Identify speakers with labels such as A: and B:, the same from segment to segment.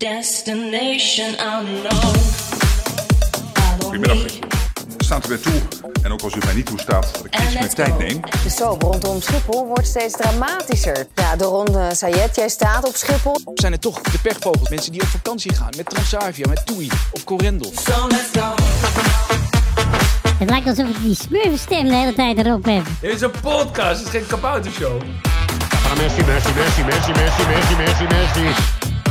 A: Destination unknown.
B: Goedemiddag. Staat u mij toe, en ook als u mij niet toestaat, dat ik iets meer tijd neem.
C: De soap rondom Schiphol wordt steeds dramatischer. Ja, de ronde Sayed, jij staat op Schiphol.
D: zijn het toch de pechvogels. Mensen die op vakantie gaan met Transavia, met TUI of Corendon.
E: Het lijkt alsof ik die smurfenstem de hele tijd erop heb.
F: Dit is een podcast, het is geen kaboutershow.
G: Messi, Messi, Messi, Messi, Messi, Messi, Messi, Messi.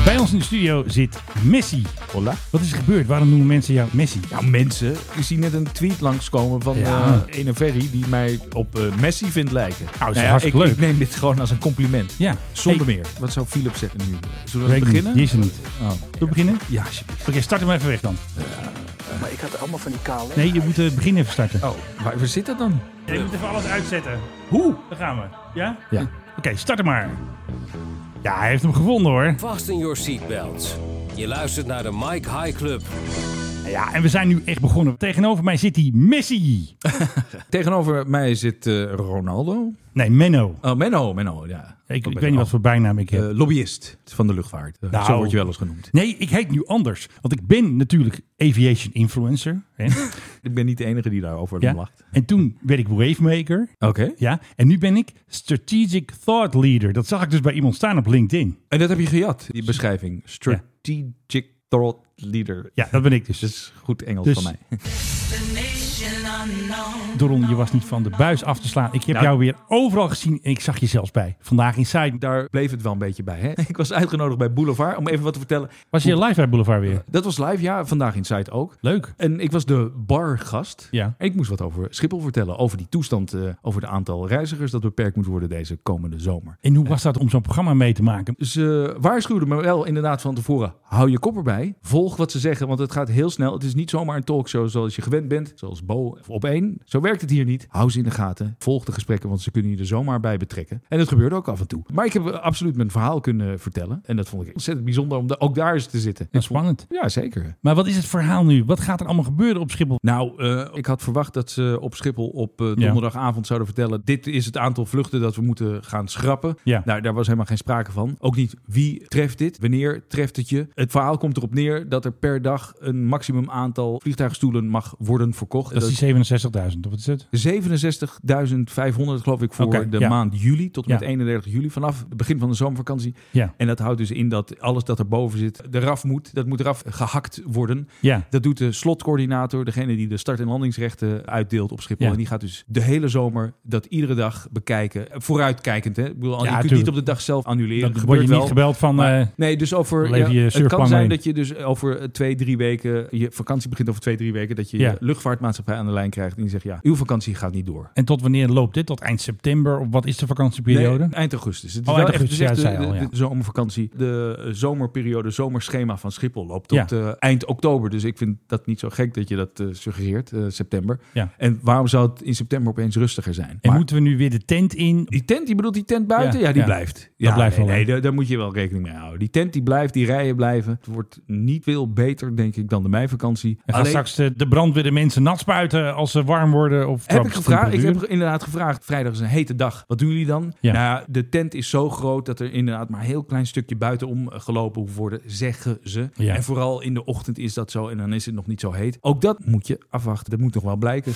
H: Bij ons in de studio zit Messi.
I: Hola.
H: Wat is er gebeurd? Waarom noemen mensen jou Messi?
I: Nou mensen, ik zie net een tweet langskomen van
H: Ja.
I: eh een Ferry die mij op eh, Messi vindt lijken. Nou,
H: toch
I: ja,
H: hartstikke
I: ik,
H: leuk.
I: ik neem dit gewoon als een compliment.
H: Ja,
I: Zonder meer. Wat zou Philip zeggen nu? Zullen we
H: Weet ik
I: beginnen?
H: niet. Die is er niet.
I: Oh.
H: Zullen we beginnen? Oké,
I: Ja, alsjeblieft.
H: start hem even weg dan.
D: Maar ik had allemaal van die kale.
H: Nee, je moet het begin even starten.
I: Oh, waar, waar zit dat dan?
H: Je moet even alles uitzetten.
I: Hoe?
H: Daar gaan we. Ja?
I: Ja.
H: Oké, start hem maar. Ja, hij heeft hem gevonden hoor.
J: Vast in your seatbelts. Je luistert naar de Mike High Club.
H: Ja, en we zijn nu echt begonnen. Tegenover mij zit hij Messi.
I: Tegenover mij zit eh, Ronaldo.
H: Nee, Menno.
I: Oh, Menno, Menno, ja.
H: Ik,
I: Oh,
H: ik weet niet wat voor bijnaam ik heb.
I: Eh, lobbyist van de luchtvaart. Eh,
H: Nou.
I: Zo word je wel eens genoemd.
H: Nee, ik heet nu anders. Want ik ben natuurlijk aviation influencer. Hè?
I: Ik ben niet de enige die daarover
H: Ja.
I: lacht.
H: En toen werd ik wavemaker.
I: Oké.
H: Ja, en nu ben ik strategic thought leader. Dat zag ik dus bij iemand staan op LinkedIn.
I: En dat heb je gejat, die beschrijving. Strategic thought leader.
H: Ja, dat ben ik dus.
I: Dat is goed Engels
H: Dus-
I: van mij.
H: Doron, je was niet van de buis af te slaan. Ik heb
I: Nou-
H: jou weer overal gezien en ik zag je zelfs bij. Vandaag in Side.
I: daar bleef het wel een beetje bij. Hè? Ik was uitgenodigd bij Boulevard om even wat te vertellen.
H: Was je live bij Boulevard weer?
I: Dat was live, ja, vandaag in site ook.
H: Leuk.
I: En ik was de bargast.
H: Ja.
I: En ik moest wat over Schiphol vertellen. Over die toestand, eh, over het aantal reizigers dat beperkt moet worden deze komende zomer.
H: En hoe was dat om zo'n programma mee te maken?
I: Ze waarschuwden me wel inderdaad van tevoren. Hou je kop erbij. Volg wat ze zeggen, want het gaat heel snel. Het is niet zomaar een talkshow zoals je gewend bent. Zoals Bo of op één. Zo werkt het hier niet. Hou ze in de gaten. Volg de gesprekken, want ze kunnen je er zomaar bij betrekken. En dat gebeurde ook af en toe. Maar ik heb eh, absoluut mijn verhaal kunnen vertellen. En dat vond ik ontzettend bijzonder om da- ook daar eens te zitten.
H: Dat is spannend.
I: Ja, zeker.
H: Maar wat is het verhaal nu? Wat gaat er allemaal gebeuren op Schiphol?
I: Nou, eh, ik had verwacht dat ze op Schiphol op eh, donderdagavond zouden vertellen... dit is het aantal vluchten dat we moeten gaan schrappen.
H: Ja.
I: Nou, daar was helemaal geen sprake van. Ook niet wie treft dit, wanneer treft het je. Het verhaal komt erop neer dat er per dag... een maximum aantal vliegtuigstoelen mag worden verkocht.
H: Dat is die 67.000, of wat is het?
I: 67.500 geloof ik voor
H: Oké,
I: de
H: ja.
I: maand juli tot en met
H: Ja.
I: 31 juli vanaf het begin van de zomervakantie.
H: Ja.
I: En dat houdt dus in dat alles dat erboven zit eraf moet. Dat moet eraf gehakt worden.
H: Ja.
I: Dat doet de slotcoördinator, degene die de start- en landingsrechten uitdeelt op Schiphol.
H: Ja.
I: En die gaat dus de hele zomer dat iedere dag bekijken. Eh, Vooruitkijkend hè. Ik bedoel, je kunt
H: tuurlijk.
I: niet op de dag zelf annuleren.
H: Dan
I: Dat
H: word je
I: gebeurt
H: niet
I: wel.
H: gebeld van...
I: Maar-
H: eh,
I: nee, dus over.
H: lever je
I: het
H: surfplan
I: kan zijn
H: mee.
I: dat je dus over eh, twee, drie weken. Je vakantie begint over twee, drie weken. Dat je
H: Ja.
I: je luchtvaartmaatschappij aan de lijn krijgt. En die zegt: ja, uw vakantie gaat niet door.
H: en tot wanneer loopt dit? Tot eind september? Of wat is de vakantieperiode?
I: Nee, eh, eind augustus. Het is wel
H: Oh, eind
I: echt-
H: augustus,
I: het is
H: ja,
I: echt
H: dat
I: de,
H: zei je al,
I: de- de zomervakantie. De eh, zomerperiode, zomerschema van Schiphol loopt
H: Ja.
I: tot eh, eind oktober. Dus ik vind dat niet zo gek dat je dat eh, suggereert, eh, september.
H: Ja.
I: En waarom zou het in september opeens rustiger zijn?
H: En
I: Maar
H: moeten we nu weer de tent in?
I: die tent, je bedoelt die tent buiten?
H: Ja,
I: Ja, die
H: ja.
I: blijft. Ja,
H: blijft
I: nee,
H: wel
I: nee,
H: leuk.
I: daar, daar moet je wel rekening mee houden. Die tent die blijft, die rijen blijven. Het wordt niet veel beter, denk ik, dan de meivakantie.
H: En gaan straks de, de brandweer de mensen nat spuiten als ze warm worden?
I: Heb
H: Of
I: ik
H: trouwens,
I: gevraagd? Ik heb
H: temperatuur?
I: inderdaad gevraagd. Vrijdag is een hete dag. Wat doen jullie dan?
H: Ja.
I: Nou, de tent is zo groot dat er inderdaad maar een heel klein stukje buitenom eh, gelopen hoeft worden, zeggen ze.
H: Ja.
I: En vooral in de ochtend is dat zo en dan is het nog niet zo heet. Ook dat moet je afwachten. Dat moet nog wel blijken.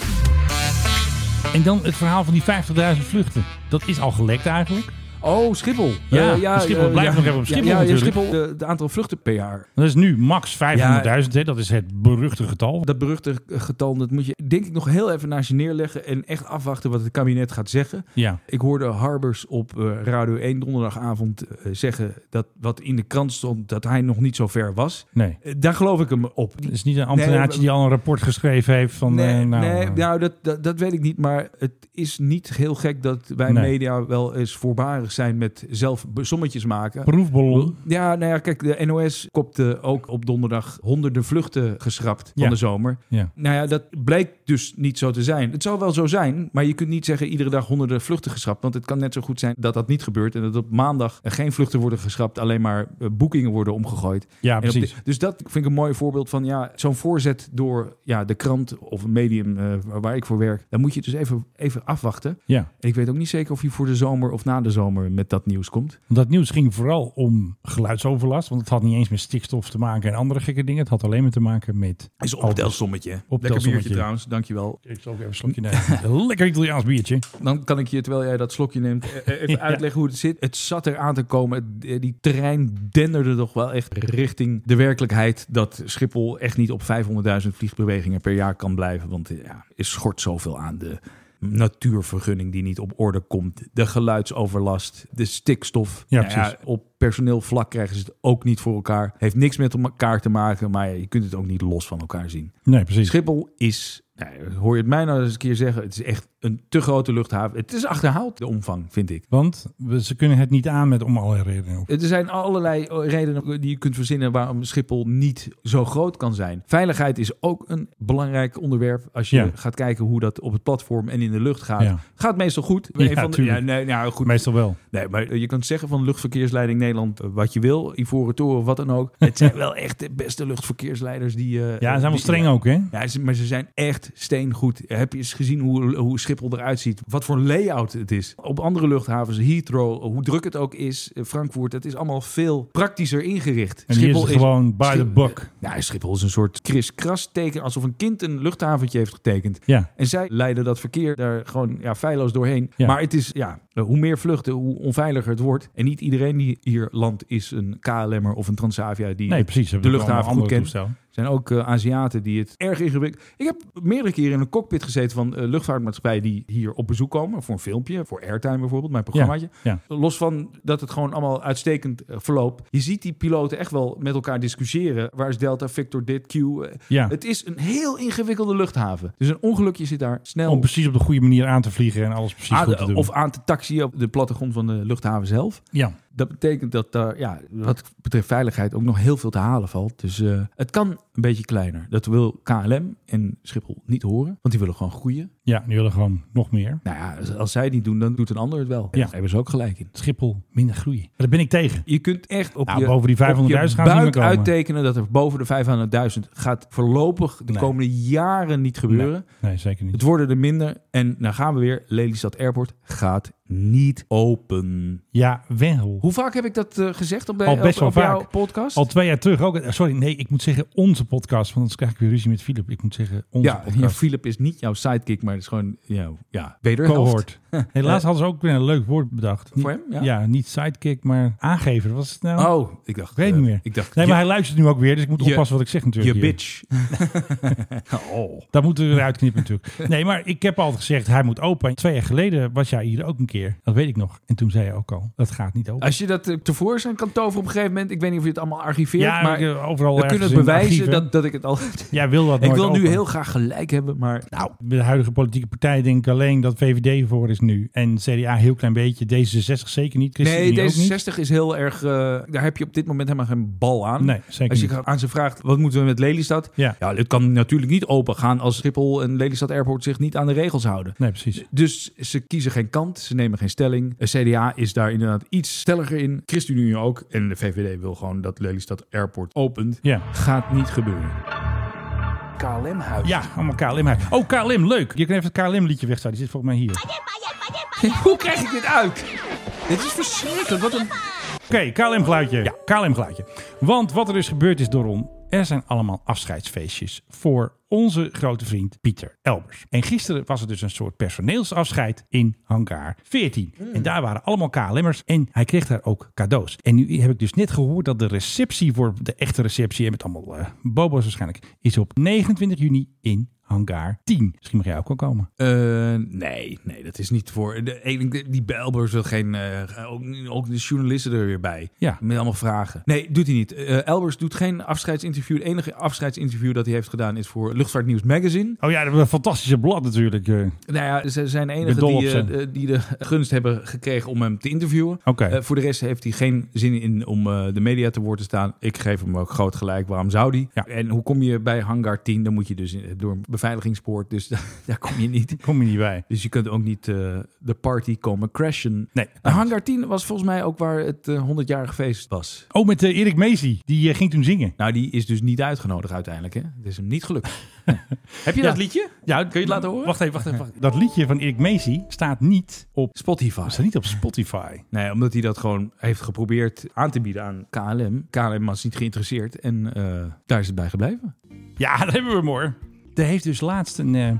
H: En dan het verhaal van die 50.000 vluchten. Dat is al gelekt eigenlijk.
I: Oh, Schiphol.
H: Ja,
I: Eh,
H: Schiphol.
I: eh,
H: Blijf nog even op Schiphol
I: Ja, ja,
H: natuurlijk.
I: Schiphol. De, de aantal vluchten per jaar.
H: Dat is nu max 500.000. hè? Dat is het beruchte getal.
I: Dat beruchte eh, getal, dat moet je denk ik nog heel even naast je neerleggen en echt afwachten wat het kabinet gaat zeggen.
H: Ja.
I: Ik hoorde Harbers op eh, Radio 1 donderdagavond eh, zeggen dat wat in de krant stond, dat hij nog niet zo ver was.
H: Nee.
I: Eh, daar geloof ik hem op.
H: Het is niet een ambtenaartje
I: Nee,
H: die al een rapport geschreven heeft van...
I: Nee,
H: eh,
I: nee,
H: nou,
I: nou,
H: eh,
I: dat, dat, dat weet ik niet. Maar het is niet heel gek dat wij
H: Nee.
I: media wel eens voorbarig zijn met zelf be- sommetjes maken.
H: Proefballon.
I: Ja, nou ja, kijk, de NOS kopte ook op donderdag honderden vluchten geschrapt
H: Ja.
I: van de zomer.
H: Ja.
I: Nou ja, dat blijkt dus niet zo te zijn. Het zou wel zo zijn, maar je kunt niet zeggen iedere dag honderden vluchten geschrapt. Want het kan net zo goed zijn dat dat niet gebeurt. En dat op maandag er geen vluchten worden geschrapt, alleen maar eh, boekingen worden omgegooid.
H: ja,
I: En op
H: precies.
I: de- dus dat vind ik een mooi voorbeeld van ja, zo'n voorzet door ja, de krant of een medium eh, waar ik voor werk. Dan moet je dus even, even afwachten.
H: Ja.
I: En ik weet ook niet zeker of hij voor de zomer of na de zomer voor met dat nieuws komt.
H: Want dat nieuws ging vooral om geluidsoverlast. Want het had niet eens met stikstof te maken en andere gekke dingen. Het had alleen maar te maken met...
I: Is een optelsommetje. hè? Lekker biertje
H: Optelsommetje.
I: trouwens, dankjewel.
H: Ik zal ook even een slokje nemen. Lekker Italiaans biertje.
I: Dan kan ik je, terwijl jij dat slokje neemt, eh, eh, even uitleggen hoe het zit. Het zat eraan te komen. Het- eh, Die trein denderde toch wel echt richting de werkelijkheid dat Schiphol echt niet op 500.000 vliegbewegingen per jaar kan blijven. Want eh, ja, er schort zoveel aan de natuurvergunning die niet op orde komt. De geluidsoverlast, de stikstof.
H: Ja,
I: Nou
H: precies.
I: op personeel vlak krijgen ze het ook niet voor elkaar. Heeft niks met elkaar te maken, maar je kunt het ook niet los van elkaar zien.
H: Nee, precies.
I: Schiphol is, nou, hoor je het mij nou eens een keer zeggen, het is echt een te grote luchthaven. Het is achterhaald, de omvang, vind ik.
H: Want we- ze kunnen het niet aan met om allerlei redenen.
I: Er zijn allerlei eh, redenen die je kunt verzinnen waarom Schiphol niet zo groot kan zijn. Veiligheid is ook een belangrijk onderwerp. Als je
H: Ja.
I: gaat kijken hoe dat op het platform en in de lucht gaat.
H: Ja.
I: Gaat meestal goed.
H: Ja,
I: Een van de-
H: tuurlijk.
I: nee, nou, goed.
H: Meestal wel.
I: Nee, maar je kunt zeggen van luchtverkeersleiding Nederland eh, wat je wil. Ivoren Toren of wat dan ook. Het zijn wel echt de beste luchtverkeersleiders die... eh,
H: Ja, ze zijn wel
I: die-
H: streng ook, hè?
I: Ja, ze- maar ze zijn echt steengoed. Heb je eens gezien hoe, hoe Schiphol eruit ziet? Wat voor een layout het is. Op andere luchthavens, Heathrow, hoe druk het ook is, eh, Frankfurt, het is allemaal veel praktischer ingericht.
H: En hier is het gewoon by the
I: Schip-
H: book.
I: Nou, Schiphol is een soort kriskras teken, alsof een kind een luchthaventje heeft getekend.
H: Ja.
I: En zij leiden dat verkeer daar gewoon ja, feilloos doorheen.
H: Ja.
I: Maar het is, ja, hoe meer vluchten, hoe onveiliger het wordt. En niet iedereen die hier landt is een KLM'er of een Transavia die
H: Nee, precies. Ze
I: de
H: hebben allemaal
I: luchthaven goed
H: andere
I: kent.
H: toestellen.
I: Er zijn ook eh, Aziaten die het erg ingewikkeld... Ik heb meerdere keren in een cockpit gezeten van eh, luchtvaartmaatschappijen die hier op bezoek komen. Voor een filmpje, voor Airtime bijvoorbeeld, mijn programmaatje.
H: ja.
I: Los van dat het gewoon allemaal uitstekend eh, verloopt. Je ziet die piloten echt wel met elkaar discussiëren. Waar is Delta, Victor, dit, Q? eh.
H: Ja.
I: Het is een heel ingewikkelde luchthaven. Dus een ongelukje zit daar snel...
H: Om precies op de goede manier aan te vliegen en alles precies
I: aan-
H: goed te doen.
I: Ah, of aan te taxiën op de plattegrond van de luchthaven zelf.
H: ja.
I: Dat betekent dat daar, ja, wat betreft veiligheid, ook nog heel veel te halen valt. Dus eh, het kan een beetje kleiner. Dat wil KLM en Schiphol niet horen, want die willen gewoon groeien.
H: ja, die willen gewoon nog meer.
I: Nou ja, als- als zij het niet doen, dan doet een ander het wel.
H: Ja.
I: Daar hebben ze ook gelijk in.
H: Schiphol, minder groei. Maar Daar ben ik tegen.
I: Je kunt echt op
H: Nou,
I: je,
H: boven die 500.000
I: op je
H: gaan ze niet meer
I: buik
H: komen.
I: uittekenen dat er boven de 500.000 gaat voorlopig de
H: Nee.
I: komende jaren niet gebeuren.
H: Nee, zeker niet.
I: Het worden er minder en dan gaan we weer. Lelystad Airport gaat niet open.
H: Ja, wel.
I: Hoe vaak heb ik dat eh, gezegd op, bij,
H: Al best
I: op,
H: wel
I: op jouw
H: vaak.
I: podcast?
H: Al twee jaar terug ook. Eh, Sorry, nee, ik moet zeggen onze podcast. Want anders krijg ik weer ruzie met Philip. Ik moet zeggen onze
I: Ja, ja,
H: podcast.
I: Philip is niet jouw sidekick, maar het is gewoon jouw ja, wederhelft.
H: Cohort. Helaas hadden ze ook weer een leuk woord bedacht.
I: Voor hem, ja?
H: niet sidekick, maar aangever. Wat is het nou?
I: Oh, ik dacht...
H: ik weet
I: eh,
H: niet meer.
I: Ik dacht,
H: nee,
I: je-
H: maar hij luistert nu ook weer. Dus ik moet
I: je-
H: oppassen wat ik zeg natuurlijk.
I: je
H: hier.
I: bitch. oh.
H: Dat moeten we eruit knippen natuurlijk. Nee, maar ik heb altijd gezegd, hij moet open. Twee jaar geleden was jij hier ook een keer. Dat weet ik nog. En toen zei je ook al, dat gaat niet open.
I: Als je dat eh, tevoorschijn kan toveren op een gegeven moment... Ik weet niet of je het allemaal archiveert,
H: ja,
I: maar...
H: maar overal
I: we kunnen
H: ergens
I: het
H: in
I: bewijzen
H: archieven.
I: dat, dat ik het al...
H: Jij wil dat
I: ik
H: nooit
I: wil nu
H: open.
I: heel graag gelijk hebben, maar...
H: Nou, bij de huidige politieke partij denk ik alleen dat VVD voor is nu. En CDA heel klein beetje. D66 zeker niet.
I: Nee,
H: ChristenUnie ook niet.
I: D66 is heel erg... eh, daar heb je op dit moment helemaal geen bal aan.
H: Nee, zeker
I: Als je
H: niet.
I: aan ze vraagt, wat moeten we met Lelystad?
H: Ja.
I: ja, dit kan natuurlijk niet open gaan als Schiphol en Lelystad Airport zich niet aan de regels houden.
H: Nee, precies.
I: Dus ze kiezen geen kant, ze nemen geen stelling. Eh, De CDA is daar inderdaad iets stelliger in. ChristenUnie ook. En de VVD wil gewoon dat Lelystad Airport opent.
H: Ja.
I: Gaat niet gebeuren. KLM-huis.
H: Ja, allemaal KLM. uit. Oh, KLM, leuk. Je kan even het KLM-liedje wegzetten. Die zit volgens mij hier. Oké,
I: Hoe krijg ik dit uit? Dit is verschrikkelijk. Wat een...
H: KLM-geluidje. Ja, KLM-geluidje. Want wat er dus gebeurd is, Doron, er zijn allemaal afscheidsfeestjes voor onze grote vriend Pieter Elbers. En gisteren was er dus een soort personeelsafscheid in hangar 14. En daar waren allemaal KLM'ers en hij kreeg daar ook cadeaus. En nu heb ik dus net gehoord dat de receptie voor de echte receptie, en met allemaal eh, bobo's waarschijnlijk, is op 29 juni in hangar 10. Misschien mag jij ook wel komen.
I: Eh, nee, nee, dat is niet voor... De, ik denk, die Belbers wil geen... eh, ook, ook de journalisten er weer bij.
H: Ja.
I: Met allemaal vragen. Nee, doet hij niet. Eh, Elbers doet geen afscheidsinterview. Het enige afscheidsinterview dat hij heeft gedaan is voor Luchtvaartnieuws Magazine.
H: Oh ja, dat hebben we een fantastische blad natuurlijk. eh.
I: Nou ja, ze zijn de
H: Ik ben
I: enigen
H: dol
I: die,
H: op
I: eh, die de gunst hebben gekregen om hem te interviewen.
H: Oké.
I: Eh, voor de rest heeft hij geen zin in om eh, de media te woord te staan. Ik geef hem ook groot gelijk. Waarom zou die?
H: Ja.
I: En hoe kom je bij Hangar 10? Dan moet je dus eh, door een beveiligingspoort, dus daar kom je niet.
H: Kom je niet bij.
I: Dus je kunt ook niet eh, de party komen crashen.
H: Nee.
I: Nou, Hangar 10 was volgens mij ook waar het eh, 100-jarige feest was.
H: Oh, met eh, Erik Mezi. Die eh, ging toen zingen.
I: Nou, die is dus niet uitgenodigd uiteindelijk. Hè? Het is hem niet gelukt. Heb je dat liedje? Ja, kun je het laten horen?
H: Wacht even, wacht even. wacht even. Dat liedje van Erik Mezi staat niet op,
I: Spotify.
H: staat niet op Spotify.
I: Nee, omdat hij dat gewoon heeft geprobeerd aan te bieden aan KLM. KLM was niet geïnteresseerd en eh, daar is het bij gebleven.
H: Ja, dat hebben we hem hoor. Er heeft dus laatst een eh,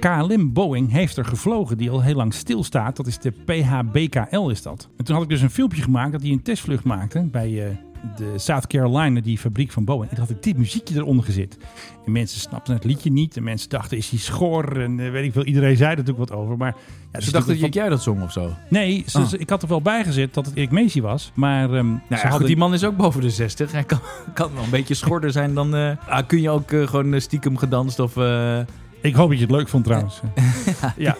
H: KLM Boeing heeft er gevlogen die al heel lang stilstaat. Dat is de PHBKL is dat. En toen had ik dus een filmpje gemaakt dat hij een testvlucht maakte bij eh, de South Carolina, die fabriek van Boeing. En toen had ik dit muziekje eronder gezet. En mensen snapten het liedje niet. En mensen dachten, is hij schor? En eh, weet ik veel, iedereen zei er natuurlijk wat over. Maar ja, dus het is
I: Ze dachten
H: natuurlijk
I: dat jij dat zong of zo. Nou,
H: van- Nee, ze-
I: Ah.
H: ze- ik had er wel bij gezet dat het Erik Messi was. Maar ehm, ze
I: ja, goed,
H: hadden-
I: die man is ook boven de 60. Hij kan, kan wel een beetje schorder zijn dan... eh, ah, kun je ook eh, gewoon eh, stiekem gedanst of... eh,
H: Ik hoop dat je het leuk vond trouwens. ja.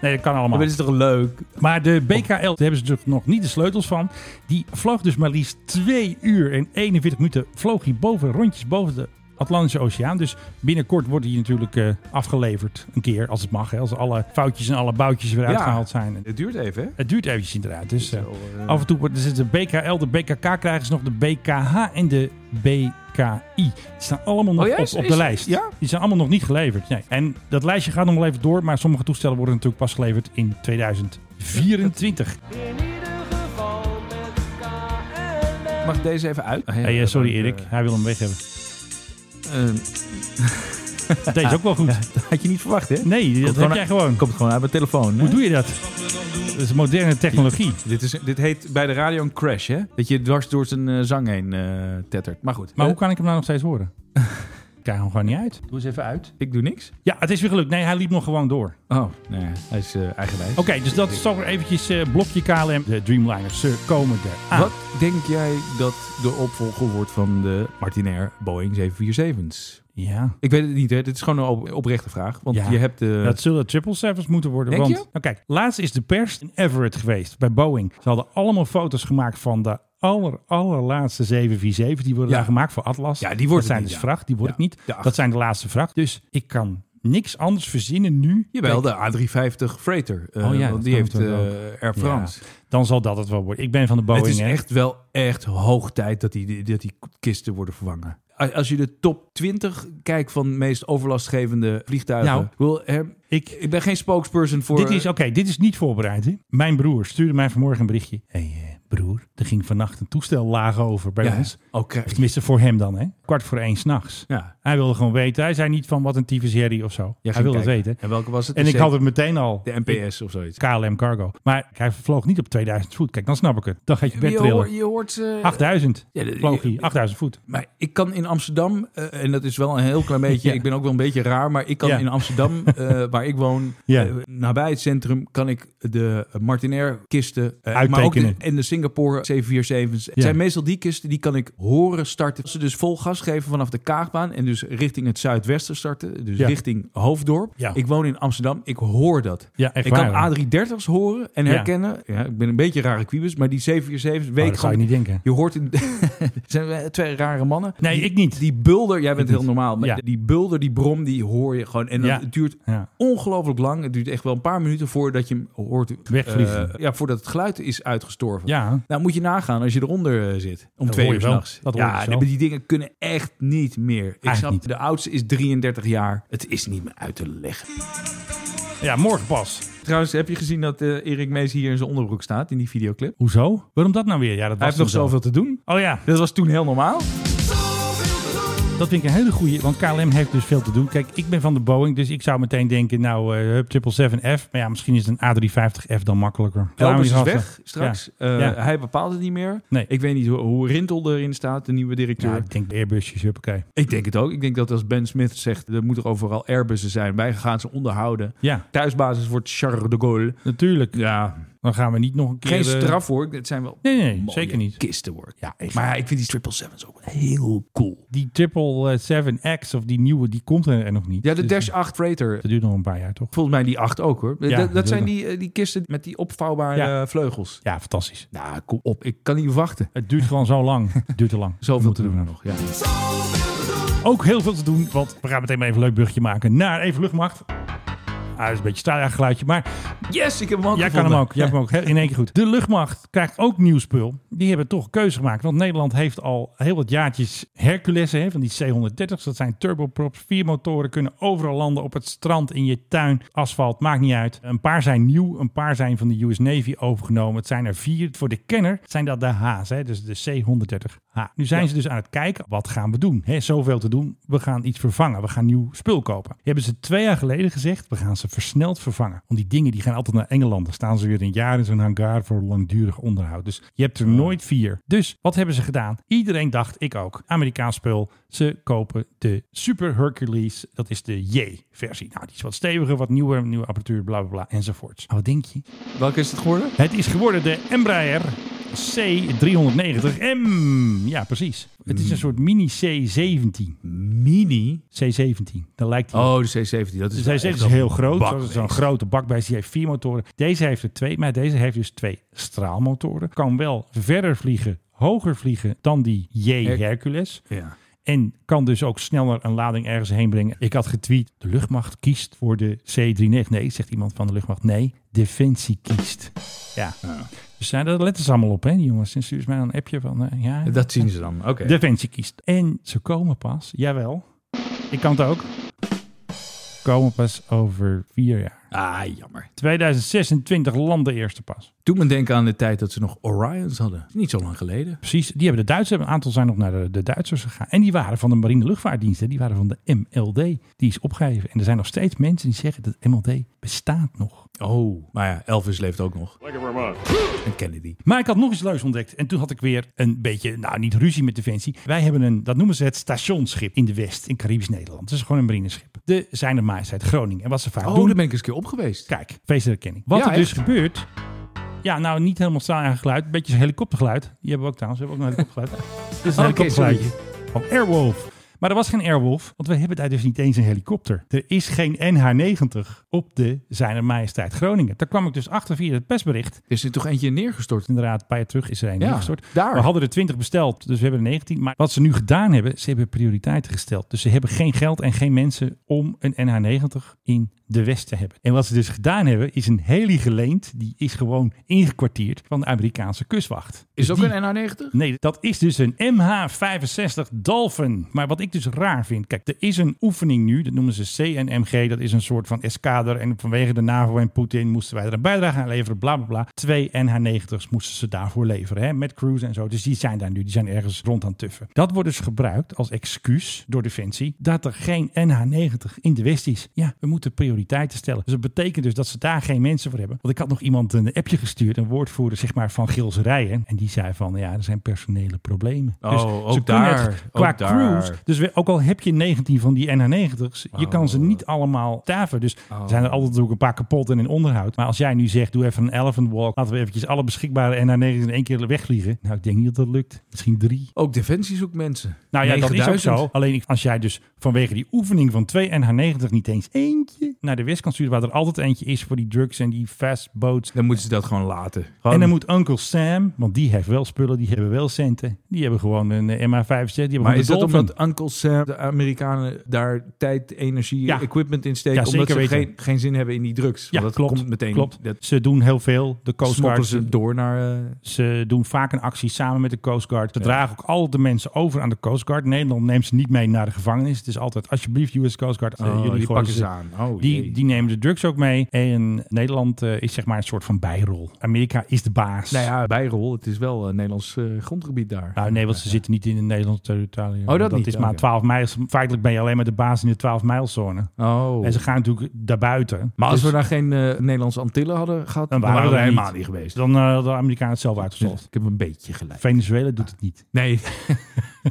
H: Nee, dat kan allemaal.
I: maar dit is toch leuk?
H: Maar de BKL, daar hebben ze natuurlijk nog niet de sleutels van. Die vloog dus maar liefst 2 uur en 41 minuten. Vloog hij boven, rondjes boven de Atlantische Oceaan. Dus binnenkort wordt hij natuurlijk eh, afgeleverd. Een keer, als het mag. Hè. Als alle foutjes en alle boutjes weer
I: Ja.
H: uitgehaald zijn.
I: Het duurt even, hè?
H: Het duurt eventjes inderdaad. Dus eh, af en toe wordt- er zit de BKL, de BKK krijgen ze nog de BKH en de BKI. Die staan allemaal nog
I: Oh ja,
H: op,
I: is-
H: op de
I: is-
H: lijst.
I: ja?
H: Die zijn allemaal nog niet geleverd. Nee. En dat lijstje gaat nog wel even door, maar sommige toestellen worden natuurlijk pas geleverd in 2024.
I: Mag ik deze even uit?
H: Hey, eh, sorry Erik, hij wil hem weg hebben.
I: Eh,
H: Deze is ook wel goed.
I: had je niet verwacht, hè?
H: Nee, dat
I: gewoon
H: heb jij gewoon.
I: Komt gewoon uit mijn telefoon. hè?
H: Hoe doe je dat? Dat is moderne technologie.
I: Dit, is, dit heet bij de radio een crash, hè? Dat je dwars door zijn eh, zang heen eh, tettert. Maar goed.
H: Maar
I: Eh,
H: hoe kan ik hem nou nog steeds horen? Ik krijg hem gewoon niet uit.
I: Doe eens even uit. Ik doe niks.
H: Ja, het is weer gelukt. Nee, hij liep nog gewoon door.
I: Oh, nee, hij is eh, eigenwijs.
H: Oké, dus dat is toch weer eventjes eh, blokje KLM. De Dreamliners, ze komen eraan.
I: Wat denk jij dat de opvolger wordt van de Martinair Boeing 747's?
H: Ja.
I: Ik weet het niet, hè? Dit is gewoon een op- oprechte vraag. Want
H: Ja.
I: je hebt de...
H: Dat zullen triple sevens moeten worden.
I: Denk
H: want,
I: je?
H: Nou kijk, laatst is de pers in Everett geweest bij Boeing. Ze hadden allemaal foto's gemaakt van de aller, allerlaatste 747. Die worden
I: Ja.
H: daar gemaakt voor Atlas.
I: Ja, die wordt
H: dat zijn
I: het
H: dus
I: niet, ja.
H: vracht. Die wordt
I: Ja,
H: het niet.
I: de acht.
H: Dat zijn de laatste vracht. Dus ik kan niks anders verzinnen nu.
I: Jawel, de A350 Freighter. eh,
H: Oh ja, dat
I: want die
H: kan
I: heeft
H: natuurlijk
I: eh, Air France.
H: Dan zal dat het wel worden. Ik ben van de Boeing.
I: Het is
H: hè.
I: echt wel echt hoog tijd dat die, dat die kisten worden vervangen. A- Als je de top 20 kijkt van de meest overlastgevende vliegtuigen.
H: Nou,
I: ik bedoel, hè,
H: ik-
I: ik, ik ben geen spokesperson voor...
H: Dit is, oké, dit is niet voorbereid. Hè? Mijn broer stuurde mij vanmorgen een berichtje. Hé hey, broer, er ging vannacht een toestel laag over bij
I: Ja,
H: ons.
I: oké.
H: Of tenminste voor hem dan, hè? Kwart voor één s'nachts.
I: Ja.
H: Hij wilde gewoon weten. Hij zei niet van wat een tyfus herrie of zo.
I: Jij
H: hij
I: ging
H: wilde
I: kijken.
H: het weten.
I: En welke was het?
H: En
I: De
H: ik
I: zeven-
H: had het meteen al.
I: De NPS of zoiets.
H: KLM Cargo. Maar hij vloog niet op 2000 voet. Kijk, dan snap ik het. Dan gaat je bed
I: Je hoort,
H: trillen.
I: je hoort eh, ze-
H: 8000
I: Ja, de-
H: vloog hij.
I: je-
H: 8000 voet.
I: Maar ik kan in Amsterdam, eh, en dat is wel een heel klein beetje,
H: Ja.
I: ik ben ook wel een beetje raar, maar ik kan
H: Ja.
I: in Amsterdam, eh, waar ik woon,
H: Ja.
I: eh, nabij het centrum, kan ik de Martinair kisten eh, Maar ook de,
H: Uittekenen.
I: en de Singapore 747's. Het
H: Ja.
I: zijn meestal die kisten die kan ik horen starten. Als Ze dus vol gas geven vanaf de Kaagbaan en dus richting het zuidwesten starten, dus
H: Ja.
I: richting Hoofddorp.
H: Ja,
I: Ik woon in Amsterdam, ik hoor dat.
H: ja echt
I: ik
H: waar. hè?
I: kan A330's horen en
H: Ja.
I: herkennen. Ja. ik ben een beetje rare kwiebus, maar die 747's weet
H: Oh,
I: ik
H: dat zou
I: gewoon
H: je niet denken.
I: je hoort in. Het zijn eh, twee rare mannen.
H: Nee,
I: Die-
H: ik niet.
I: Die bulder, jij bent
H: niet.
I: heel normaal. Maar
H: Ja.
I: die bulder, die brom, die hoor je gewoon. En dat,
H: Ja.
I: het duurt
H: Ja.
I: ongelooflijk lang. Het duurt echt wel een paar minuten voordat je hem hoort
H: Wegvliegen.
I: eh, ja, voordat het geluid is uitgestorven.
H: Ja,
I: Nou, moet je nagaan als je eronder eh, zit. Om
H: Dat
I: twee
H: hoor
I: uur
H: je wel.
I: s'nachts.
H: Dat hoor je
I: ja,
H: zo.
I: die, die dingen kunnen echt niet meer. Ik
H: Eigenlijk
I: snap,
H: niet.
I: de oudste is 33 jaar. Het is niet meer uit te leggen.
H: ja, morgen pas.
I: Trouwens, heb je gezien dat eh, Erik Mees hier in zijn onderbroek staat in die videoclip?
H: Hoezo? Waarom dat nou weer? Ja, dat
I: Hij
H: was
I: heeft nog
H: toen zo.
I: zoveel te doen.
H: Oh ja,
I: Dat was toen heel normaal.
H: Dat vind ik een hele goeie, want KLM heeft dus veel te doen. Kijk, ik ben van de Boeing, dus ik zou meteen denken, nou, eh, hup, 777F. Maar ja, misschien is het een A350F dan makkelijker. Laten we
I: Elbers
H: die
I: is
H: gasten.
I: weg straks. Eh,
H: Ja.
I: Hij bepaalt het niet meer.
H: Nee.
I: Ik weet niet hoe, hoe Rintel erin staat, de nieuwe directeur.
H: Ja, ik denk de Airbusjes, huppakee.
I: Ik denk het ook. Ik denk dat als Ben Smith zegt, er moeten overal Airbussen zijn. Wij gaan ze onderhouden.
H: Ja,
I: Thuisbasis wordt Charles de Gaulle.
H: natuurlijk.
I: Ja,
H: Dan gaan we niet nog een keer...
I: geen
H: eh,
I: straf hoor. Het zijn wel
H: Nee, nee,
I: mooie
H: zeker niet.
I: kisten hoor. Ja, maar ik vind die triple sevens ook heel cool.
H: Die 777X of die nieuwe, die komt er nog niet.
I: Ja, de
H: Dus,
I: Dash
H: eh,
I: 8 Freighter.
H: Dat duurt nog een paar jaar, toch?
I: Volgens mij die 8 ook hoor.
H: Ja,
I: dat dat
H: dat
I: zijn
H: doe
I: die, eh, die kisten met die opvouwbare
H: Ja.
I: eh, vleugels.
H: Ja, fantastisch.
I: Nou, kom op. Ik kan niet wachten.
H: Het duurt gewoon zo lang. Het duurt te lang.
I: Zoveel
H: We
I: te
H: moeten
I: doen
H: er
I: nog. Ja.
H: Ook heel veel te doen, want we gaan meteen maar even een leuk brugje maken naar even luchtmacht. Ah, dat is een beetje staarig geluidje, maar
I: Yes, ik heb hem ook
H: jij kan hem ook. Jij hebt hem ook he- in één keer goed. De luchtmacht krijgt ook nieuw spul. Die hebben toch een keuze gemaakt. Want Nederland heeft al heel wat jaartjes Hercules hè, van die C-130's. Dat zijn turboprops. Vier motoren kunnen overal landen. Op het strand, in je tuin, asfalt, maakt niet uit. Een paar zijn nieuw. Een paar zijn van de US Navy overgenomen. Het zijn er vier. Voor de kenner zijn dat de H's. Hè, dus de C-130H. Nu zijn ze dus aan het kijken. Wat gaan we doen? Hè, zoveel te doen. We gaan iets vervangen. We gaan nieuw spul kopen. Hebben ze twee jaar geleden gezegd. We gaan ze versneld vervangen. Want die dingen die gaan altijd naar Engeland. Dan staan ze weer een jaar in zo'n hangar voor langdurig onderhoud. Dus je hebt er nooit vier. Dus wat hebben ze gedaan? Iedereen dacht, ik ook, Amerikaans spul. Ze kopen de Super Hercules. Dat is de J-versie. Nou, die is wat steviger, wat nieuwer, nieuwe apparatuur, bla bla bla enzovoorts. Maar wat denk je?
I: Welke is het geworden?
H: Het is geworden de Embraer C390M. Ja, precies. Het is een soort mini C17.
I: Mini.
H: C17. Daar lijkt hij op.
I: Oh, de C17. Dat is
H: Dus hij
I: wel
H: zegt
I: echt
H: is heel
I: een
H: groot. Zo'n
I: bakbeest.
H: zo'n grote bakbeest. Die heeft vier motoren. Deze heeft er twee. Maar deze heeft dus twee straalmotoren. Kan wel verder vliegen, hoger vliegen dan die J
I: Her-
H: Hercules.
I: Ja.
H: En kan dus ook sneller een lading ergens heen brengen. Ik had getweet, de luchtmacht kiest voor de C39. Nee, zegt iemand van de luchtmacht. Nee, Defensie kiest. Ja. Dus ja, daar letten ze allemaal op, hè, die jongens. En stuur mij een appje van, eh, ja,
I: Dat zien ze dan. Oké.
H: Eh, Defensie kiest. En ze komen pas, jawel, ik kan het ook, komen pas over vier jaar.
I: Ah, jammer.
H: 2026 landen eerste pas.
I: Doe me denken aan de tijd dat ze nog Orions hadden. Niet zo lang geleden.
H: Precies, die hebben de Duitsers, een aantal zijn nog naar de, de Duitsers gegaan. En die waren van de marine luchtvaartdienst, hè. die waren van de MLD. Die is opgeheven. En er zijn nog steeds mensen die zeggen dat MLD bestaat nog.
I: Oh. Maar ja, Elvis leeft ook nog. En Kennedy.
H: Maar ik had nog iets leuks ontdekt. En toen had ik weer een beetje, nou niet ruzie met Defensie. Wij hebben een, dat noemen ze het stationsschip in de West, in Caribisch Nederland. Het is gewoon een marineschip. De Zijne Majesteit Groningen. En wat ze vaak
I: Oh,
H: doen.
I: daar ben ik eens een keer op geweest.
H: Kijk, feesterkenning. Wat
I: Ja,
H: er dus
I: echt?
H: gebeurt. Ja, nou niet helemaal staal geluid. Een beetje helikoptergeluid. Die hebben we ook trouwens. We hebben ook een helikoptergeluid. Dit is een
I: Oké, sorry.
H: helikoptergeluidje van Airwolf. Maar er was geen Airwolf, want we hebben daar dus niet eens een helikopter. Er is geen NH-90 op de Zijne Majesteit Groningen. Daar kwam ik dus achter via het persbericht
I: Er zit toch eentje neergestort.
H: inderdaad, een paar jaar terug is er een
I: Ja,
H: ingestort.
I: daar.
H: We hadden er 20 besteld, dus we hebben er 19. Maar wat ze nu gedaan hebben, ze hebben prioriteiten gesteld. Dus ze hebben geen geld en geen mensen om een NH90 in de West te hebben. En wat ze dus gedaan hebben, is een heli geleend. Die is gewoon ingekwartierd van de Amerikaanse kustwacht.
I: Is
H: Dus
I: ook
H: die-
I: een NH90?
H: Nee, dat is dus een MH65 Dolphin. Maar wat ik dus raar vind, kijk, er is een oefening nu, dat noemen ze CNMG, dat is een soort van eskader. En vanwege de NAVO en Poetin moesten wij er een bijdrage aan leveren, bla bla bla. Twee NH90's moesten ze daarvoor leveren, hè, met crews en zo. Dus die zijn daar nu, die zijn ergens rond aan het tuffen. Dat wordt dus gebruikt als excuus door Defensie dat er geen NH90 in de West is. Ja, we moeten prioriteiten stellen. Dus dat betekent dus dat ze daar geen mensen voor hebben. Want ik had nog iemand een appje gestuurd, een woordvoerder zeg maar van Gils Rijen. En die zei van, ja, er zijn personele problemen.
I: Oh,
H: dus
I: ook
H: ze kunnen het
I: daar,
H: qua
I: ook daar.
H: crews, dus we- ook al heb je 19 van die NH90's, je kan
I: Oh.
H: ze niet allemaal taven. Dus er zijn er altijd natuurlijk een paar kapot en in onderhoud. Maar als jij nu zegt, doe even een elephant walk, laten we eventjes alle beschikbare NH90's in één keer wegvliegen. Nou, ik denk niet dat dat lukt. Misschien drie.
I: Ook Defensie zoekt mensen.
H: Nou ja, dat is ook
I: 9000.
H: zo. Alleen ik- als jij dus vanwege die oefening van 2 NH90 niet eens eentje naar de West kan sturen, waar er altijd eentje is voor die drugs en die fast boats.
I: Dan moeten ze dat gewoon laten.
H: En
I: Gewoon-
H: dan moet Uncle Sam, want die heeft wel spullen, die hebben wel centen. Die hebben gewoon een eh, MH65, die hebben
I: maar is
H: gewoon
I: dat
H: de Dolphin.
I: omdat Uncle Sam, de Amerikanen, daar tijd, energie,
H: Ja.
I: equipment in steken?
H: Ja,
I: omdat
H: zeker
I: ze
H: weten.
I: geen, geen zin hebben in die drugs.
H: Ja,
I: Want dat
H: klopt.
I: komt meteen.
H: klopt.
I: Dat
H: Ze doen heel veel. De Coast
I: smokkelen
H: Guard,
I: ze
H: ze,
I: door naar... eh,
H: ze doen vaak een actie samen met de Coast Guard. Ze dragen ook al de mensen over aan de Coast Guard. Nederland neemt ze niet mee naar de gevangenis. Het is altijd, alsjeblieft, US Coast Guard, eh,
I: oh,
H: jullie
I: die
H: gooien
I: pakken ze aan. Oh,
H: Die,
I: jee.
H: die nemen de drugs ook mee. En Nederland eh, is zeg maar een soort van bijrol. Amerika is de baas.
I: Nou ja, bijrol. Het is wel eh, Nederlands eh, grondgebied daar.
H: Nou, nee, want ze zitten niet in het Nederlands territorium.
I: Oh, dat niet.
H: is maar
I: Oké.
H: 12 mijls. Feitelijk ben je alleen maar de baas in de 12 mijlzone.
I: Oh.
H: En ze gaan natuurlijk daarbuiten.
I: maar als
H: Dus
I: we daar geen eh, Nederlandse Antillen hadden gehad,
H: Dan waren we
I: we
H: er
I: helemaal
H: niet.
I: niet geweest.
H: dan eh, hadden de Amerikanen het zelf
I: Dus
H: uitgezocht.
I: ik heb een beetje gelijk.
H: Venezuela doet het niet.
I: Nee,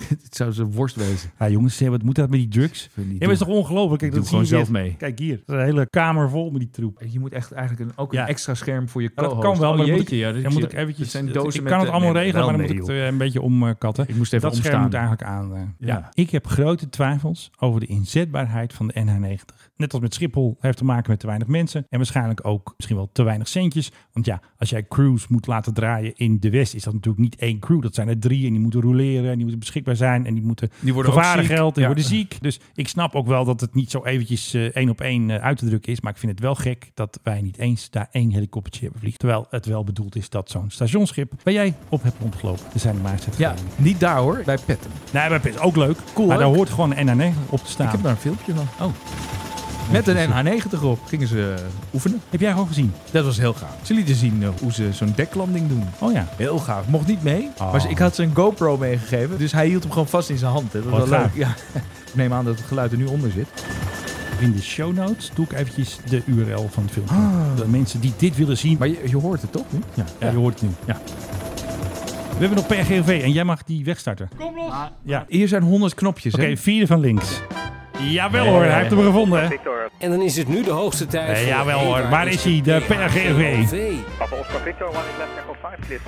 I: het zou ze worst wezen.
H: Ja, jongens, zeg, wat moet dat met die drugs?
I: vind die
H: Ja, maar het is toch ongelooflijk? Kijk,
I: Doe
H: dat zie
I: gewoon
H: je weer.
I: zelf mee.
H: Kijk hier, er is een hele kamer vol met die troep.
I: Je moet echt eigenlijk een, ook
H: Ja.
I: een extra scherm voor je
H: Ja,
I: co-host.
H: dat kan wel,
I: Oh,
H: maar dan moet
I: jeetje,
H: ik,
I: ja, dit
H: dan
I: is-
H: moet ik eventjes...
I: dit zijn dozen
H: ik
I: met-
H: kan het
I: nee,
H: allemaal
I: nee, wel,
H: regelen, maar dan
I: nee,
H: moet ik
I: joh.
H: het eh, een beetje omkatten.
I: Ik moest even
H: dat scherm
I: omstaan.
H: moet eigenlijk aan. eh, ja.
I: Ja.
H: Ik heb grote twijfels over de inzetbaarheid van de NH90. Net als met Schiphol heeft te maken met te weinig mensen. En waarschijnlijk ook misschien wel te weinig centjes. Want ja, als jij crews moet laten draaien in de West, is dat natuurlijk niet één crew. Dat zijn er drie en die moeten roleren en die moeten beschikbaar zijn. En die moeten
I: Die worden ook
H: gevaren
I: ziek.
H: geld, die
I: Ja.
H: worden ziek. Dus ik snap ook wel dat het niet zo eventjes eh, één op één eh, uit te drukken is. Maar ik vind het wel gek dat wij niet eens daar één helikoptertje hebben vliegen. Terwijl het wel bedoeld is dat zo'n stationsschip waar jij op hebt rondgelopen. Er zijn er maar zet
I: Ja, niet daar hoor, bij Petten.
H: Nee, maar het is ook leuk. Cool. Maar
I: leuk.
H: daar hoort gewoon een NNE op te staan.
I: Ik heb
H: Heb,
I: daar een filmpje van. Oh. Met een NH90 op gingen ze eh, oefenen.
H: jij gewoon gezien?
I: Dat was heel gaaf. Ze lieten zien eh, hoe ze zo'n deklanding doen.
H: Oh ja.
I: Heel gaaf. Mocht niet mee.
H: Oh.
I: Maar ze- ik had ze een GoPro meegegeven. Dus hij hield hem gewoon vast in zijn hand. Hè. Dat was
H: Wat
I: wel leuk.
H: gaaf.
I: Ja. Ik neem aan dat het geluid er nu onder zit.
H: In de show notes doe ik eventjes de URL van het filmpje. De mensen die dit willen zien.
I: Ah. Maar je, je hoort het toch nu?
H: ja, ja, je hoort het nu. Ja. We hebben nog PRGV en jij mag die wegstarten. Oké,
I: Hier zijn 100 knopjes. hè.
H: vierde van links. Jawel hoor, hij heeft hem gevonden. hè?
J: En dan is het nu de hoogste tijd.
H: Eh,
J: voor
H: jawel hoor,
J: Eva
H: waar is hij? De PRGV.
J: PRGV.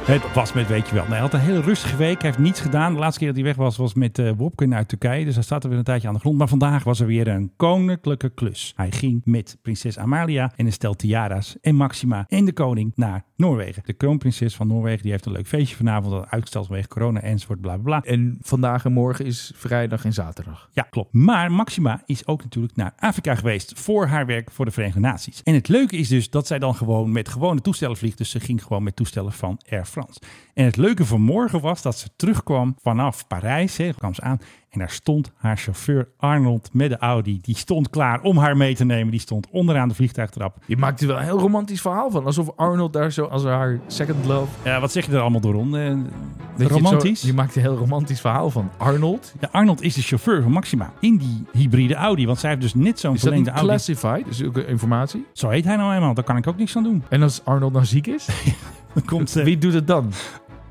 H: Het was met, weet je wel. Nee, hij had een hele rustige week. Hij heeft niets gedaan. De laatste keer dat hij weg was, was met eh Wopke uit Turkije. Dus hij staat er weer een tijdje aan de grond. Maar vandaag was er weer een koninklijke klus. Hij ging met prinses Amalia en een stel tiara's en Maxima en de koning naar Noorwegen. De kroonprinses van Noorwegen die heeft een leuk feestje vanavond. Dat uitgesteld vanwege corona enzovoort bla bla bla.
I: En vandaag en morgen is vrijdag en zaterdag.
H: Ja, klopt. Maar Maxima is ook natuurlijk naar Afrika geweest voor haar werk voor de Verenigde Naties. En het leuke is dus dat zij dan gewoon met gewone toestellen vliegt. Dus ze ging gewoon met toestellen van Air France. En het leuke van morgen was dat ze terugkwam vanaf Parijs. Hè, kwam ze aan en daar stond haar chauffeur Arnold met de Audi. Die stond klaar om haar mee te nemen. Die stond onderaan de vliegtuigtrap.
I: Je maakt er wel een heel romantisch verhaal van. Alsof Arnold daar zo als haar second love.
H: Ja, wat zeg je er allemaal door om? Eh,
I: Weet je,
H: romantisch?
I: zo- je maakt een heel romantisch verhaal van. Arnold?
H: Ja, Arnold is de chauffeur van Maxima in die hybride Audi. Want zij heeft dus net zo'n
I: Is dat niet
H: verlengde Audi.
I: classified? Is ook informatie?
H: Zo heet hij nou eenmaal. Daar kan ik ook niks aan doen.
I: En als Arnold nou ziek is?
H: Dan komt, eh,
I: Wie doet het dan?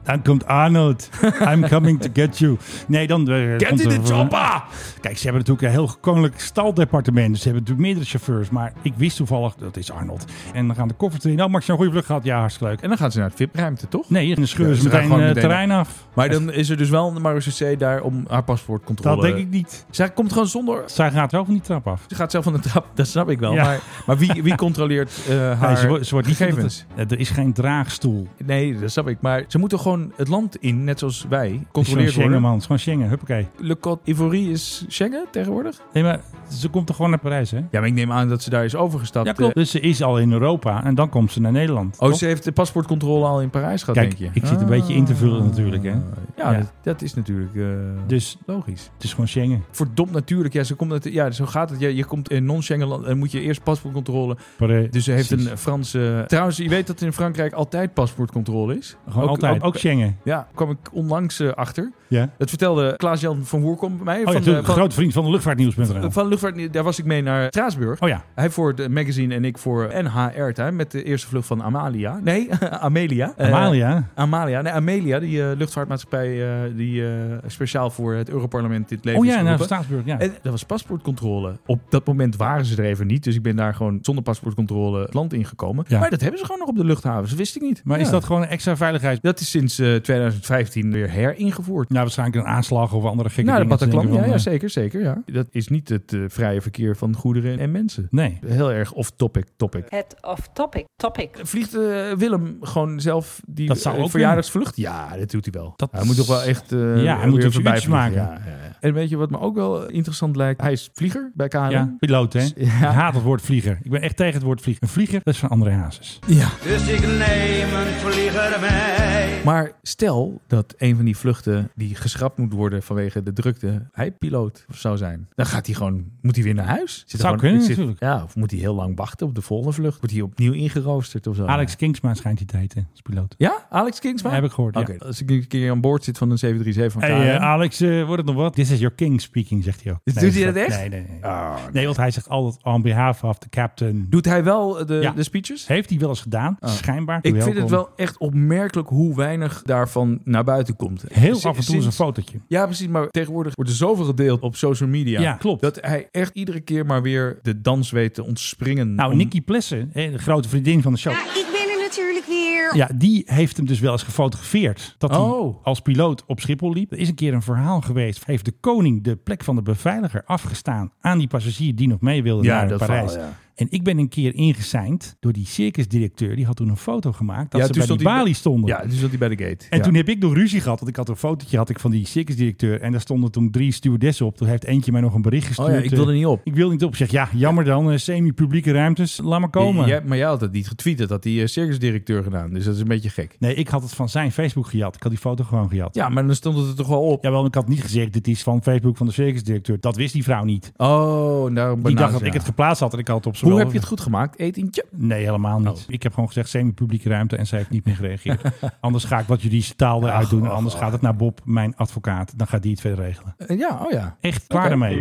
H: Dan komt Arnold. I'm coming to get you. Nee, dan... eh, komt
I: in
H: er-
I: the chopper!
H: Kijk, ze hebben natuurlijk een heel koninklijk staldepartement. Dus ze hebben natuurlijk meerdere chauffeurs. Maar ik wist toevallig, dat is Arnold. En dan gaan de koffers erin. Oh, Max, je een goede vlucht gehad? Ja, hartstikke leuk.
I: En dan gaan ze naar het VIP-ruimte, toch?
H: Nee, dan scheuren
I: Ja,
H: ze
I: ze gaan
H: meteen
I: gewoon
H: het
I: meteen-
H: terrein af.
I: Maar dan is er dus wel een marechaussee daar om haar paspoortcontrole...
H: Dat denk ik niet.
I: Zij komt gewoon zonder...
H: Zij gaat wel van die trap af.
I: Ze gaat zelf van de trap, dat snap ik wel.
H: Ja.
I: Maar, maar wie, wie controleert eh, haar
H: Nee, ze, wo- ze wordt niet
I: gegevens?
H: Eh, Er is geen draagstoel.
I: Nee, dat snap ik. Maar ze moeten gewoon het land in, net zoals wij,
H: Het is gewoon
I: controleerd
H: Schengen,
I: worden.
H: man. Het is gewoon Schengen. Huppakee.
I: Le Côte d'Ivoire is Schengen tegenwoordig?
H: Nee, maar ze komt toch gewoon naar Parijs, hè?
I: Ja, maar ik neem aan dat ze daar is overgestapt. eh.
H: Dus ze is al in Europa en dan komt ze naar Nederland.
I: Oh,
H: toch?
I: ze heeft de paspoortcontrole al in Parijs gehad,
H: Kijk,
I: denk je? Ah.
H: ik zit een beetje in te vullen natuurlijk, hè?
I: Ja,
H: Ja.
I: Dat, dat is natuurlijk eh,
H: Dus
I: logisch.
H: het is gewoon Schengen.
I: Verdomd natuurlijk. Ja, zo, komt het, ja, zo gaat het. Ja, je komt in non-Schengen land en moet je eerst paspoortcontrole.
H: Pre-
I: Dus ze heeft
H: eh, Precies.
I: een Franse... Trouwens, je weet dat in Frankrijk altijd paspoortcontrole is.
H: Gewoon
I: Ook-
H: altijd. Ook,
I: ook-
H: Schengen.
I: Ja, kwam ik onlangs eh, achter.
H: Ja.
I: Dat vertelde Klaas-Jan van Woerkom bij mij.
H: Oh, ja,
I: van, de-
H: natuurlijk.
I: van, eh,
H: grote vriend van de luchtvaartnieuws.nl.
I: van luchtvaart, daar was ik mee naar Straatsburg.
H: Oh ja,
I: Hij voor het magazine en ik voor NHR Time met de eerste vlucht van Amalia. Nee, Amelia. Eh,
H: Amalia.
I: Amalia. Nee, Amelia, die eh, luchtvaartmaatschappij eh, die eh, speciaal voor het Europarlement dit leven
H: oh
I: is
H: ja, naar
I: geroepen.
H: Staatsburg. Ja.
I: En dat was paspoortcontrole. Op dat moment waren ze er even niet. Dus ik ben daar gewoon zonder paspoortcontrole het land ingekomen.
H: Ja.
I: Maar dat hebben ze gewoon nog op de luchthavens. Dat wist ik niet.
H: Maar is
I: Ja.
H: dat gewoon een extra veiligheid?
I: Dat is sinds eh, 2015 weer heringevoerd.
H: Nou, waarschijnlijk een aanslag of andere gekke
I: Nou, de
H: dingen. Ze
I: Bataclan,
H: denken
I: ja,
H: van,
I: ja,
H: eh,
I: zeker, zeker. Ja. Dat is niet het eh, vrije verkeer van goederen en mensen.
H: eh, Nee.
I: Heel erg off-topic, topic.
A: Het off topic. Topic.
I: Vliegt eh, Willem gewoon zelf die
H: Dat zou
I: eh,
H: ook
I: verjaardagsvlucht? Ja, dat doet hij wel.
H: Dat
I: hij moet toch wel echt eh,
H: Ja, hij moet
I: weer
H: het
I: voorbij
H: uurtje
I: vliegen.
H: maken.
I: Ja, ja, ja. En weet je wat me ook wel interessant lijkt? Hij is vlieger bij KLM.
H: Ja, piloot, hè? Ik
I: Ja.
H: haat het woord vlieger. Ik ben echt tegen het woord vlieger. Een vlieger, dat is van André Hazes.
I: Ja.
K: Dus ik neem een vlieger mee.
I: Maar stel dat een van die vluchten die geschrapt moet worden vanwege de drukte, hij piloot zou zijn. Dan gaat hij gewoon, moet hij weer naar huis? Zit er
H: Zou
I: gewoon-
H: kunnen,
I: zit-
H: natuurlijk.
I: Ja, of moet hij heel lang wachten op de volgende vlucht? Wordt hij opnieuw ingeroosterd of zo?
H: Alex Kingsma schijnt die te heten als piloot.
I: Ja, Alex Kingsman?
H: Heb ik gehoord, ja.
I: Oké, als ik een keer aan boord zit van een 737 van
H: Hey,
I: KLM.
H: eh, Alex, eh, wordt het nog wat? This is your king speaking, zegt hij ook.
I: Dus
H: Nee,
I: doet hij dat echt? Oh,
H: Nee, nee, nee. Nee, want hij zegt altijd on behalf of the captain.
I: Doet hij wel eh, de,
H: Ja.
I: de speeches?
H: Heeft hij wel eens gedaan, schijnbaar.
I: Oh. Ik vind het
H: Welkom.
I: wel echt opmerkelijk hoe weinig daarvan naar buiten komt.
H: Heel
I: Sinds-
H: af en toe is een
I: sinds-
H: fotootje.
I: Ja, precies. Maar tegenwoordig wordt er zoveel gedeeld op social media.
H: Ja, klopt.
I: Dat hij echt iedere keer maar weer de dans weet te ontspringen.
H: Nou,
I: om-
H: Nikki Plessen, hè, de grote vriendin van de show.
A: Ik ben er natuurlijk weer.
H: Ja, die heeft hem dus wel eens gefotografeerd. Dat hij
I: Oh.
H: als piloot op Schiphol liep. Er is een keer een verhaal geweest. Heeft de koning de plek van de beveiliger afgestaan aan die passagier die nog mee wilde
I: Ja,
H: naar
I: dat
H: Parijs.
I: verhaal, ja.
H: En En ik ben een keer ingeseind door die circusdirecteur. Die had toen een foto gemaakt dat
I: Ja,
H: ze
I: toen
H: bij die
I: stond hij-
H: balie stonden.
I: Ja, toen zat hij bij de gate.
H: En
I: Ja.
H: toen heb ik nog ruzie gehad, want ik had een fotootje had ik van die circusdirecteur. En daar stonden toen drie stewardessen op. Toen heeft eentje mij nog een bericht gestuurd. eh,
I: Oh ja, ik wil er niet op.
H: Ik wil niet op. Ik zeg, ja, jammer dan. eh, Semi-publieke ruimtes, laat maar komen.
I: Jij- maar jij had het niet getweet. Dat had die eh, circusdirecteur gedaan. Dus dat is een beetje gek.
H: Nee, ik had het van zijn Facebook gejat. Ik had die foto gewoon gejat.
I: Ja, maar dan stond het er toch wel op.
H: Jawel, ik had niet gezegd, dit is van Facebook van de circusdirecteur. Dat wist die vrouw niet.
I: Oh, en daarom
H: Die
I: bananen,
H: dacht dat
I: ja.
H: ik het geplaatst had en ik had het op zijn
I: Hoe
H: wel-
I: heb je het Oh. goed gemaakt? Etentje?
H: Nee, helemaal niet. Ik heb gewoon gezegd semi-publieke ruimte en zij heeft niet meer gereageerd. anders ga ik wat juridische taal eruit doen. Anders gaat het naar Bob, mijn advocaat. Dan gaat die het verder regelen.
I: Eh, Ja, oh ja.
H: Echt klaar daarmee.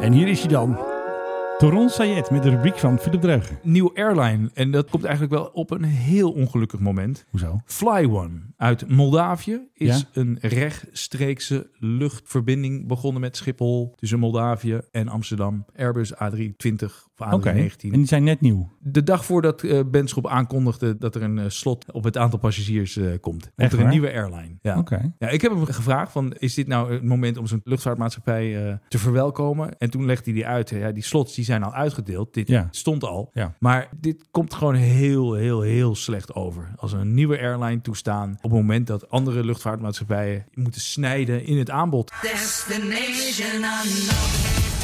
H: En hier is hij dan. Toron Sayed met de rubriek van Philip Dreugen.
I: Nieuw airline. En dat komt eigenlijk wel op een heel ongelukkig moment.
H: Hoezo?
I: Fly One uit Moldavië is
H: Ja?
I: een rechtstreekse luchtverbinding begonnen met Schiphol tussen Moldavië en Amsterdam. Airbus A320 of A319.
H: Oké. En die zijn net nieuw.
I: De dag voordat eh Benschop aankondigde dat er een eh, slot op het aantal passagiers eh, komt. Komt
H: Echt
I: er een
H: waar?
I: nieuwe airline. Ja.
H: Oké.
I: Ja, ik heb hem gevraagd van, is dit nou het moment om zo'n luchtvaartmaatschappij eh, te verwelkomen? En toen legde hij die uit. Ja, die slots die zijn al uitgedeeld. Dit
H: Ja.
I: stond al.
H: Ja.
I: Maar dit komt gewoon heel, heel, heel slecht over. Als we een nieuwe airline toestaan op het moment dat andere luchtvaartmaatschappijen moeten snijden in het aanbod.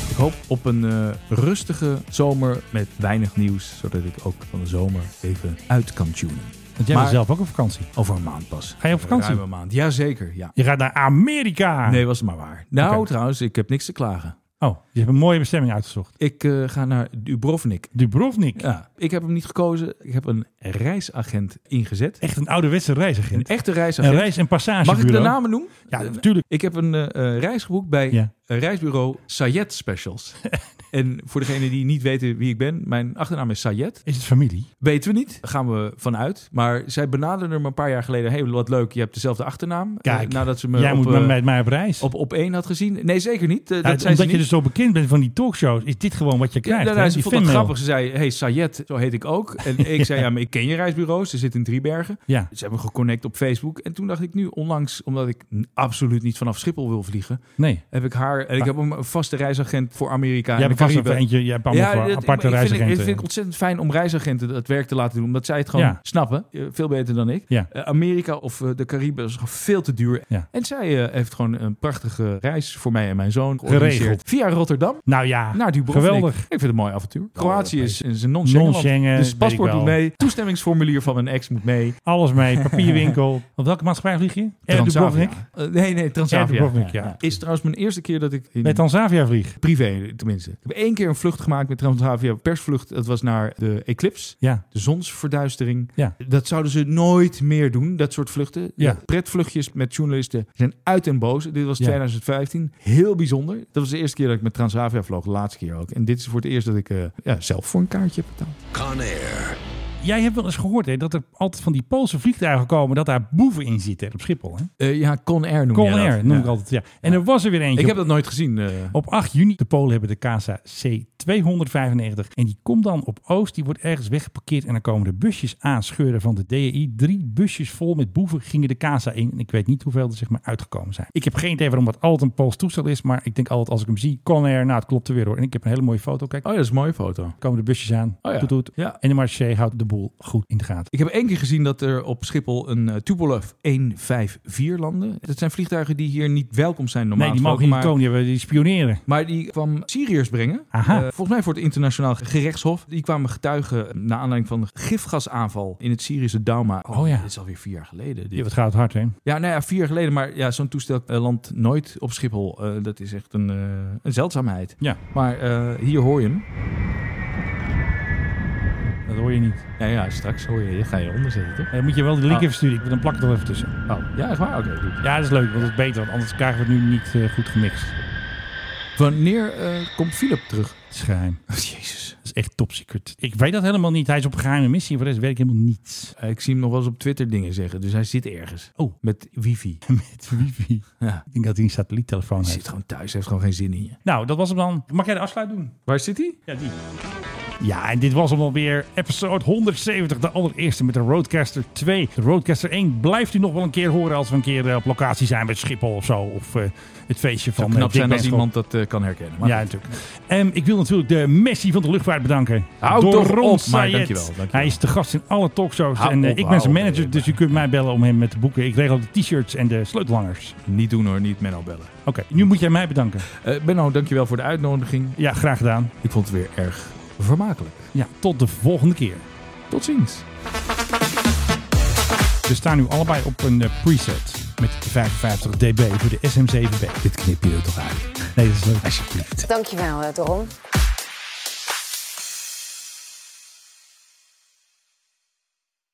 I: Ik hoop op een eh, rustige zomer met weinig nieuws, zodat ik ook van de zomer even uit kan tunen.
H: Want jij
I: Maar-
H: bent zelf ook op vakantie.
I: Over een maand pas.
H: Ga je op vakantie?
I: Ruim een maand. Jazeker, ja.
H: Je gaat naar Amerika.
I: Nee, was het maar waar. Nou,
H: Oké.
I: trouwens, ik heb niks te klagen.
H: Oh, je hebt een mooie bestemming uitgezocht.
I: Ik eh, ga naar Dubrovnik.
H: Dubrovnik.
I: Ja, ik heb hem niet gekozen. Ik heb een reisagent ingezet.
H: Echt een ouderwetse
I: Een
H: reisagent.
I: echte
H: Een
I: reisagent.
H: reis- en
I: Mag ik de
H: passagebureau.
I: namen noemen?
H: Ja,
I: Eh,
H: natuurlijk.
I: Ik heb een eh, eh, reis geboekt bij
H: Ja.
I: een reisbureau Sayed Specials. en voor degenen die niet weten wie ik ben, mijn achternaam is Sayed.
H: Is het familie?
I: Weten we niet, daar gaan we vanuit. Maar zij benaderden me een paar jaar geleden. Hé, hey, wat leuk, je hebt dezelfde achternaam. Eh,
H: Kijk,
I: nadat ze me
H: Jij
I: op,
H: moet
I: eh,
H: met, met mij op reis.
I: op, op één had gezien. Nee, zeker niet. Eh, dat
H: Ja,
I: zei ze
H: omdat
I: niet.
H: je dus zo bekend bent van die talkshows, is dit gewoon wat je
I: Ja,
H: krijgt.
I: nou,
H: hè?
I: nou, ze
H: Die
I: vond het
H: fanmail.
I: grappig. Ze zei, hey Sayed, zo heet ik ook. En ik zei, ja, maar ik ken je reisbureaus. Ze zitten in Driebergen.
H: Ja.
I: Ze hebben geconnect op Facebook. En toen dacht ik nu onlangs, omdat ik n- absoluut niet vanaf Schiphol wil vliegen,
H: Nee.
I: heb ik haar... En ik heb een vaste reisagent voor Amerika en
H: Jij
I: de
H: hebt vast even
I: Cariben.
H: eentje, jij hebt allemaal voor
I: dat-
H: aparte
I: ik vind,
H: reisagenten.
I: het- vind ik ontzettend fijn om reisagenten dat werk te laten doen. Omdat zij het gewoon
H: Ja.
I: snappen. Eh, Veel beter dan ik.
H: Ja.
I: Eh, Amerika of eh, de Cariben is gewoon veel te duur.
H: Ja.
I: En zij eh, heeft gewoon een prachtige reis voor mij en mijn zoon
H: Geregeld.
I: georganiseerd. Via Rotterdam
H: nou ja,
I: naar Dubrovnik.
H: geweldig. Oh,
I: Ik vind het een mooi avontuur. Kroatië is, is een non-Schengen.
H: Non-Schengen,
I: land.
H: weet
I: dus
H: ik
I: paspoort
H: wel.
I: moet mee. Toestemmingsformulier van mijn ex moet mee.
H: Alles mee, papierwinkel. Op welke maatschappij vlieg je? Air
I: Transavia.
H: Dubrovnik?
I: Eh, nee, nee, Transavia.
H: Air Dubrovnik, ja.
I: Is trouwens mijn eerste keer dat ik in
H: Met Transavia vlieg.
I: privé, tenminste. Ik heb één keer een vlucht gemaakt met Transavia. Persvlucht, dat was naar de eclipse.
H: Ja.
I: De zonsverduistering.
H: Ja.
I: Dat zouden ze nooit meer doen, dat soort vluchten.
H: Ja.
I: Pretvluchtjes met journalisten zijn uit en boos. Dit was
H: Ja.
I: 2015. Heel bijzonder. Dat was de eerste keer dat ik met Transavia vloog. De laatste keer ook. En dit is voor het eerst dat ik eh, ja, zelf voor een kaartje heb betaald.
J: Conair.
H: Jij hebt wel eens gehoord hè, dat er altijd van die Poolse vliegtuigen komen dat daar boeven in zitten op Schiphol. Hè?
I: Eh, ja, Conair noem je dat.
H: Conair noem
I: Ja.
H: ik altijd. Ja. En er was er weer eentje.
I: Ik heb dat nooit gezien. eh.
H: Op 8 juni, de Polen hebben de Casa C295. En die komt dan op Oost, die wordt ergens weggeparkeerd. En dan komen de busjes aanscheuren van de DEI. Drie busjes vol met boeven gingen de Casa in. En ik weet niet hoeveel er zeg maar uitgekomen zijn. Ik heb geen idee waarom dat altijd een Pools toestel is. Maar ik denk altijd als ik hem zie, Conair, nou het klopt er weer hoor. En ik heb een hele mooie foto. Kijk,
I: Oh ja, dat is een mooie foto.
H: komen de busjes aan.
I: Oh ja.
H: Toet, toet.
I: Ja.
H: En de marché houdt de boel goed in de gaten.
I: Ik heb één keer gezien dat er op Schiphol een eh, Tupolev 154 landde. Dat zijn vliegtuigen die hier niet welkom zijn normaal
H: Nee, die mogen
I: gesproken,
H: niet komen. Die, hebben, die spioneren.
I: Maar, maar die kwam Syriërs brengen.
H: Aha.
I: Eh, volgens mij voor het internationaal gerechtshof. Die kwamen getuigen na aanleiding van een gifgasaanval in het Syrische Douma.
H: Oh ja.
I: Dit is alweer vier jaar geleden.
H: Ja,
I: Dit.
H: wat gaat het hard hè?
I: Ja, nou ja, vier jaar geleden. Maar ja, zo'n toestel eh, landt nooit op Schiphol. Eh, dat is echt een, eh, een zeldzaamheid.
H: Ja,
I: Maar eh, hier hoor je hem.
H: dat hoor je niet.
I: Ja, ja, straks hoor je. Ga je onderzetten, toch?
H: Eh, Dan moet je wel de link
I: Ah.
H: even sturen. Ik- Dan plak ik er wel even tussen.
I: Oh, ja, echt waar? Oké, goed.
H: Ja, dat is leuk, want dat is beter, want anders krijgen we het nu niet eh, goed gemixt.
I: Wanneer eh, komt Philip terug?
H: Het is geheim.
I: Jezus.
H: Dat is echt top secret. Ik weet dat helemaal niet. Hij is op een geheime missie, voor de rest weet ik helemaal niets.
I: Eh, Ik zie hem nog wel eens op Twitter dingen zeggen, dus hij zit ergens.
H: Oh.
I: Met wifi.
H: Met wifi.
I: Ja.
H: Ik denk dat hij een satelliettelefoon
I: Hij
H: heeft.
I: zit gewoon thuis, heeft gewoon geen zin in je.
H: Nou, dat was hem dan. Mag jij de afsluit doen?
I: Waar zit hij?
H: Ja, die. Ja, en dit was hem alweer. Episode 170, de allereerste met de Roadcaster 2. De Roadcaster 1 blijft u nog wel een keer horen als we een keer eh, op locatie zijn met Schiphol of zo. Of eh, het feestje van
I: Zou
H: eh,
I: knap
H: Dick
I: zijn als
H: Benschop.
I: iemand dat eh, kan herkennen. Maar
H: ja,
I: goed.
H: natuurlijk. En ik wil natuurlijk de Messi van de luchtvaart bedanken.
I: Hou
H: Door
I: toch
H: Ron
I: op, maar
H: Sayed.
I: dankjewel, dankjewel.
H: Hij is de gast in alle talkshows.
I: Hou
H: en eh,
I: op,
H: ik ben zijn
I: hou op,
H: manager, dus u kunt mij bellen om hem met te boeken. Ik regel de t-shirts en de sleutelhangers.
I: Niet doen hoor, niet Menno bellen.
H: Oké, nu moet jij mij bedanken.
I: Eh Benno, dankjewel voor de uitnodiging.
H: Ja, graag gedaan.
I: Ik vond het weer erg vermakelijk.
H: Ja, tot de volgende keer.
I: Tot ziens.
H: We staan nu allebei op een eh, preset met 55 dB voor de SM7B.
I: Dit knip je er toch uit.
H: Nee, dat is leuk.
I: Alsjeblieft.
C: Dankjewel, eh, Doron.